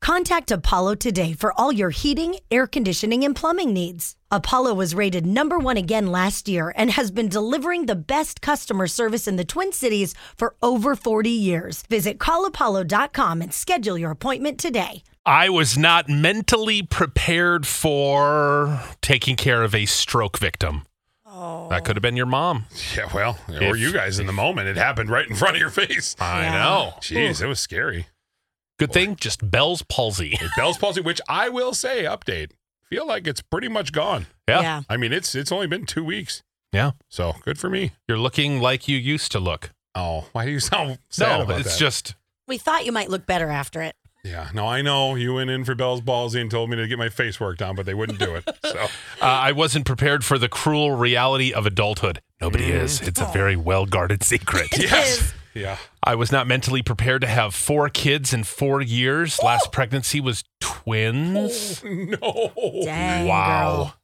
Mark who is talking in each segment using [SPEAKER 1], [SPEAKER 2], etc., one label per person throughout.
[SPEAKER 1] Contact Apollo today for all your heating, air conditioning, and plumbing needs. Apollo was rated number one again last year and has been delivering the best customer service in the Twin Cities for over 40 years. Visit callapollo.com and schedule your appointment today.
[SPEAKER 2] I was not mentally prepared for taking care of a stroke victim. Oh. That could have been your mom.
[SPEAKER 3] Yeah, well, or
[SPEAKER 2] If-
[SPEAKER 3] you guys in the moment. It happened right in front of your face.
[SPEAKER 2] I
[SPEAKER 1] Yeah.
[SPEAKER 2] know.
[SPEAKER 3] Jeez, it was scary.
[SPEAKER 2] Good thing, just Bell's palsy.
[SPEAKER 3] Bell's palsy, which I will say, update. Feel like it's pretty much gone.
[SPEAKER 2] Yeah.
[SPEAKER 1] Yeah.
[SPEAKER 3] I mean, it's it's only been two weeks,
[SPEAKER 2] Yeah.
[SPEAKER 3] so good for me.
[SPEAKER 2] You're looking like you used to look.
[SPEAKER 3] Oh, why do you sound sad
[SPEAKER 2] no,
[SPEAKER 3] about
[SPEAKER 2] it's
[SPEAKER 3] that?
[SPEAKER 2] just
[SPEAKER 1] We thought you might look better after it.
[SPEAKER 3] yeah. No, I know you went in for Bell's palsy and told me to get my face worked on, but they wouldn't do it. So
[SPEAKER 2] uh, I wasn't prepared for the cruel reality of adulthood. Nobody is. It's a very well guarded secret.
[SPEAKER 3] yes, yeah.
[SPEAKER 2] I was not mentally prepared to have four kids in four years. Last pregnancy was twins.
[SPEAKER 3] Oh, No,
[SPEAKER 1] Dang, girl.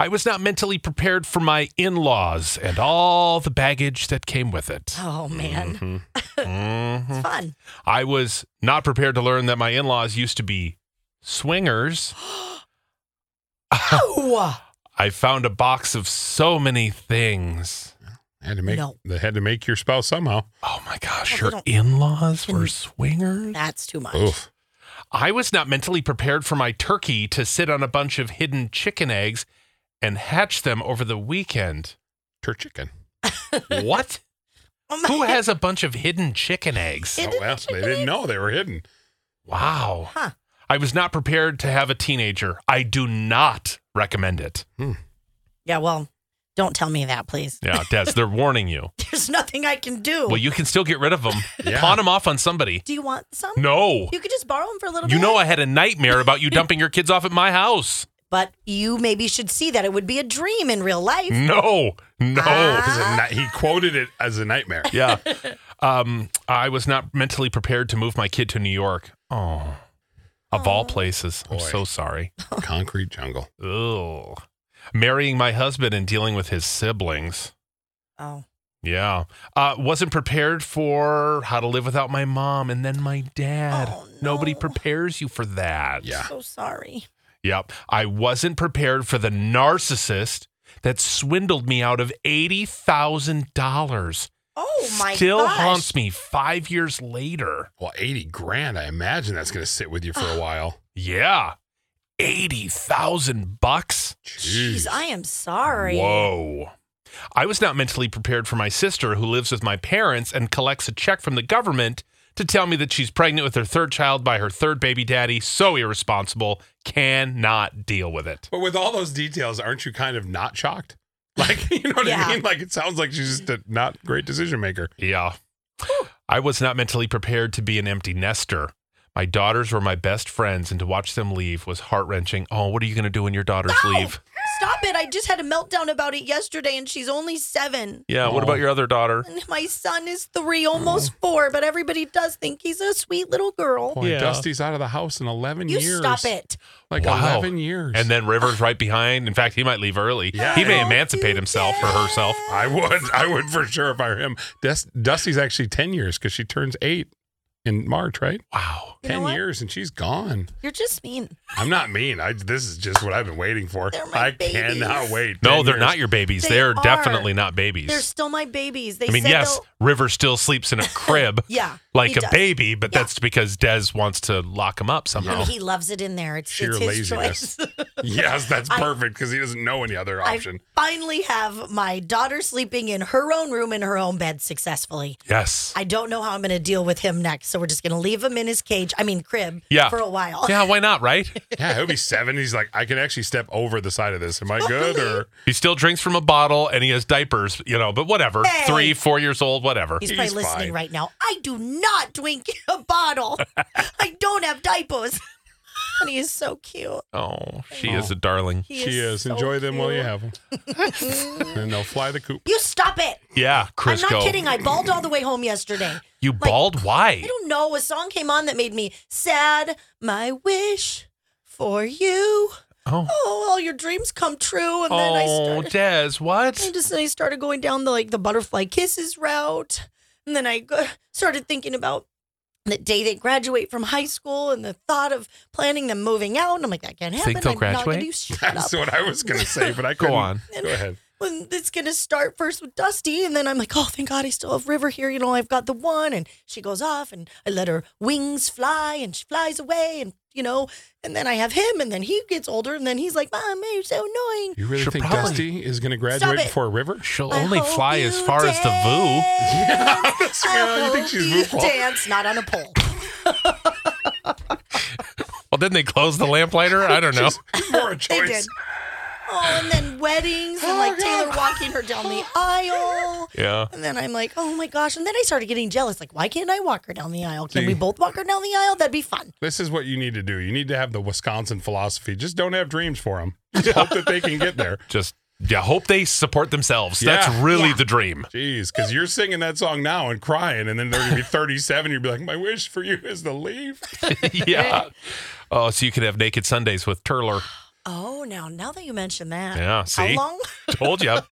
[SPEAKER 2] I was not mentally prepared for my in laws and all the baggage that came with it. Mm-hmm.
[SPEAKER 1] Oh, man.
[SPEAKER 3] Mm-hmm.
[SPEAKER 1] it's fun.
[SPEAKER 2] I was not prepared to learn that my in laws used to be swingers.
[SPEAKER 1] Oh,
[SPEAKER 2] I found a box of so many things.
[SPEAKER 3] had to make
[SPEAKER 1] No.
[SPEAKER 3] they had to make your spouse somehow.
[SPEAKER 2] Oh my gosh,
[SPEAKER 1] Well,
[SPEAKER 2] your
[SPEAKER 1] they
[SPEAKER 2] in laws were swingers?
[SPEAKER 1] that's too much.
[SPEAKER 3] Oof.
[SPEAKER 2] I was not mentally prepared for my turkey to sit on a bunch of hidden chicken eggs and hatch them over the weekend.
[SPEAKER 3] Tur chicken.
[SPEAKER 2] What?
[SPEAKER 1] Oh,
[SPEAKER 2] Who has a bunch of hidden chicken eggs?
[SPEAKER 3] Oh well, they didn't know they were hidden.
[SPEAKER 2] Wow.
[SPEAKER 1] Huh.
[SPEAKER 2] I was not prepared to have a teenager. I do not recommend it.
[SPEAKER 1] Yeah, well, don't tell me that, please.
[SPEAKER 2] Yeah, Des, they're warning you.
[SPEAKER 1] There's nothing I can do.
[SPEAKER 2] Well, you can still get rid of them.
[SPEAKER 3] Yeah.
[SPEAKER 2] Pawn them off on somebody.
[SPEAKER 1] do you want some?
[SPEAKER 2] No.
[SPEAKER 1] You could just borrow them for a little
[SPEAKER 2] You
[SPEAKER 1] bit.
[SPEAKER 2] know I had a nightmare about you dumping your kids off at my house.
[SPEAKER 1] but you maybe should see that it would be a dream in real life.
[SPEAKER 2] Hmm? No. No.
[SPEAKER 3] It was Oh, a
[SPEAKER 1] Ah.
[SPEAKER 3] ni- he quoted it as a nightmare.
[SPEAKER 2] Yeah. Um, I was not mentally prepared to move my kid to New York. Oh. Of all places. I'm
[SPEAKER 3] Boy.
[SPEAKER 2] so sorry.
[SPEAKER 3] Concrete jungle.
[SPEAKER 2] Ugh. Marrying my husband and dealing with his siblings.
[SPEAKER 1] Oh,
[SPEAKER 2] Yeah. Uh, wasn't prepared for how to live without my mom and then my dad.
[SPEAKER 1] Oh,
[SPEAKER 2] Nobody
[SPEAKER 1] no.
[SPEAKER 2] prepares you for that.
[SPEAKER 3] Yeah.
[SPEAKER 1] so sorry.
[SPEAKER 2] Yep. I wasn't prepared for the narcissist that swindled me out of $80,000.
[SPEAKER 1] Oh my
[SPEAKER 2] Still
[SPEAKER 1] gosh.
[SPEAKER 2] haunts me five years later.
[SPEAKER 3] Well, 80 grand, I imagine that's going to sit with you for a while.
[SPEAKER 2] Yeah. 80,000 bucks?
[SPEAKER 1] Jeez, I am sorry.
[SPEAKER 2] Whoa. I was not mentally prepared for my sister who lives with my parents and collects a check from the government to tell me that she's pregnant with her third child by her third baby daddy. So irresponsible. Cannot deal with it.
[SPEAKER 3] But with all those details, aren't you kind of not shocked? Like, you know what
[SPEAKER 1] Yeah.
[SPEAKER 3] I mean? Like, it sounds like she's just a not great decision maker.
[SPEAKER 2] Yeah. I was not mentally prepared to be an empty nester. My daughters were my best friends, and to watch them leave was heart wrenching. Oh, what are you going to do when your daughters
[SPEAKER 1] No!
[SPEAKER 2] leave?
[SPEAKER 1] Stop it. I just had a meltdown about it yesterday and she's only seven.
[SPEAKER 2] Yeah, what
[SPEAKER 3] Oh.
[SPEAKER 2] about your other daughter?
[SPEAKER 1] And my son is three, almost
[SPEAKER 2] Oh.
[SPEAKER 1] four, but everybody does think he's a sweet little girl.
[SPEAKER 3] Boy,
[SPEAKER 2] Yeah.
[SPEAKER 3] Dusty's out of the house in 11
[SPEAKER 1] You
[SPEAKER 3] years.
[SPEAKER 1] stop it.
[SPEAKER 3] Like,
[SPEAKER 2] Wow.
[SPEAKER 3] 11 years.
[SPEAKER 2] And then River's right behind. In fact, he might leave early.
[SPEAKER 3] Yeah.
[SPEAKER 2] He may
[SPEAKER 1] Don't
[SPEAKER 2] emancipate
[SPEAKER 1] you
[SPEAKER 2] himself or
[SPEAKER 1] dare.
[SPEAKER 2] herself.
[SPEAKER 3] I would, I would for sure if I were him. Des- Dusty's actually 10 years because she turns eight in March, right?
[SPEAKER 2] Wow.
[SPEAKER 1] You know
[SPEAKER 3] 10
[SPEAKER 1] what?
[SPEAKER 3] years and she's gone.
[SPEAKER 1] You're just mean.
[SPEAKER 3] I'm not mean. I this is just what I've been waiting for.
[SPEAKER 1] They're my
[SPEAKER 3] I cannot
[SPEAKER 1] babies.
[SPEAKER 3] wait.
[SPEAKER 2] No,
[SPEAKER 3] 10
[SPEAKER 2] they're
[SPEAKER 3] years.
[SPEAKER 2] not your babies.
[SPEAKER 1] They
[SPEAKER 2] They are
[SPEAKER 1] are.
[SPEAKER 2] definitely not babies.
[SPEAKER 1] They're still my babies. They
[SPEAKER 2] I mean,
[SPEAKER 1] said
[SPEAKER 2] yes,
[SPEAKER 1] they'll-
[SPEAKER 2] River still sleeps in a crib
[SPEAKER 1] Yeah.
[SPEAKER 2] like
[SPEAKER 1] he
[SPEAKER 2] a
[SPEAKER 1] does.
[SPEAKER 2] baby, but
[SPEAKER 1] Yeah.
[SPEAKER 2] that's because Des wants to lock him up somehow.
[SPEAKER 1] And he loves it in there. It's,
[SPEAKER 3] Sheer
[SPEAKER 1] it's his
[SPEAKER 3] laziness.
[SPEAKER 1] choice.
[SPEAKER 3] Yes, that's
[SPEAKER 1] I-
[SPEAKER 3] perfect because he doesn't know any other
[SPEAKER 1] I
[SPEAKER 3] option.
[SPEAKER 1] finally have my daughter sleeping in her own room in her own bed successfully.
[SPEAKER 2] yes.
[SPEAKER 1] I don't know how I'm going to deal with him next. So we're just going to leave him in his cage, I mean, crib,
[SPEAKER 2] Yeah.
[SPEAKER 1] for a while.
[SPEAKER 2] yeah, why not, right?
[SPEAKER 3] yeah, he'll be seven. He's like, I can actually step over the side of this. Am I good or
[SPEAKER 2] He still drinks from a bottle and he has diapers, you know, but whatever.
[SPEAKER 1] Hey.
[SPEAKER 2] Three, four years old, whatever.
[SPEAKER 1] He's probably
[SPEAKER 3] He's
[SPEAKER 1] listening
[SPEAKER 3] fine.
[SPEAKER 1] right now. I do not drink a bottle. I don't have diapers. And he is so cute.
[SPEAKER 2] Oh, she is a darling.
[SPEAKER 1] He
[SPEAKER 3] she is?
[SPEAKER 1] so
[SPEAKER 3] Enjoy them while you
[SPEAKER 1] cute.
[SPEAKER 3] have them, and they'll fly the coop.
[SPEAKER 1] You stop it.
[SPEAKER 2] Yeah, Crisco.
[SPEAKER 1] I'm not kidding. I bawled all the way home yesterday.
[SPEAKER 2] You bald? Why?
[SPEAKER 1] I don't know. A song came on that made me sad. My wish for you.
[SPEAKER 2] Oh,
[SPEAKER 1] Oh, all your dreams come true. And then I
[SPEAKER 2] oh,
[SPEAKER 1] started.
[SPEAKER 2] Des,
[SPEAKER 1] I
[SPEAKER 2] what?
[SPEAKER 1] just I started going down the like the butterfly kisses route, and then I go, started thinking about the day they graduate from high school and the thought of planning them moving out. And I'm like, that can't happen.
[SPEAKER 2] they'll
[SPEAKER 1] I'm not gonna
[SPEAKER 2] graduate?
[SPEAKER 1] do shut
[SPEAKER 3] That's
[SPEAKER 1] up.
[SPEAKER 3] what I was going to say, but I
[SPEAKER 2] Go
[SPEAKER 3] couldn't.
[SPEAKER 2] on.
[SPEAKER 3] Go ahead.
[SPEAKER 1] when it's gonna start first with Dusty, and then I'm like, oh, thank God I still have River here. You know, I've got the one, and she goes off, and I let her wings fly, and she flies away, and you know, and then I have him, and then he gets older, and then he's like, Mom, you're so annoying.
[SPEAKER 3] You really
[SPEAKER 2] Should
[SPEAKER 3] think
[SPEAKER 2] probably-
[SPEAKER 3] Dusty is going to
[SPEAKER 1] Stop
[SPEAKER 3] graduate
[SPEAKER 1] it.
[SPEAKER 3] before River?
[SPEAKER 2] She'll
[SPEAKER 1] I
[SPEAKER 2] only
[SPEAKER 1] hope
[SPEAKER 2] fly as
[SPEAKER 1] you
[SPEAKER 2] far as the Voo.
[SPEAKER 1] dance. I
[SPEAKER 3] That's right. You think
[SPEAKER 1] hope
[SPEAKER 3] she's
[SPEAKER 1] you
[SPEAKER 3] moved on?
[SPEAKER 1] dance, not on a pole.
[SPEAKER 2] Well, didn't they close the lamplighter? I don't know.
[SPEAKER 3] More
[SPEAKER 1] They
[SPEAKER 3] a choice.
[SPEAKER 1] did. Oh, and then weddings, and like Taylor walking her down the aisle.
[SPEAKER 2] Yeah.
[SPEAKER 1] And then I'm like, oh my gosh. And then I started getting jealous. Like, why can't I walk her down the aisle? Can
[SPEAKER 3] See.
[SPEAKER 1] we both walk her down the aisle? That'd be fun.
[SPEAKER 3] This is what you need to do. You need to have the Wisconsin philosophy. Just don't have dreams for them. Just hope that they can get there.
[SPEAKER 2] Just yeah, hope they support themselves. That's
[SPEAKER 3] Yeah.
[SPEAKER 2] really
[SPEAKER 1] Yeah.
[SPEAKER 2] the dream.
[SPEAKER 3] Jeez, because you're singing that song now and crying, and then they're going to be 37. You'd be like, my wish for you is to leave.
[SPEAKER 2] yeah. Oh, so you could have naked Sundays with Turler.
[SPEAKER 1] Oh, now now that you mention that,
[SPEAKER 2] Yeah, see?
[SPEAKER 1] how long?
[SPEAKER 2] Told you.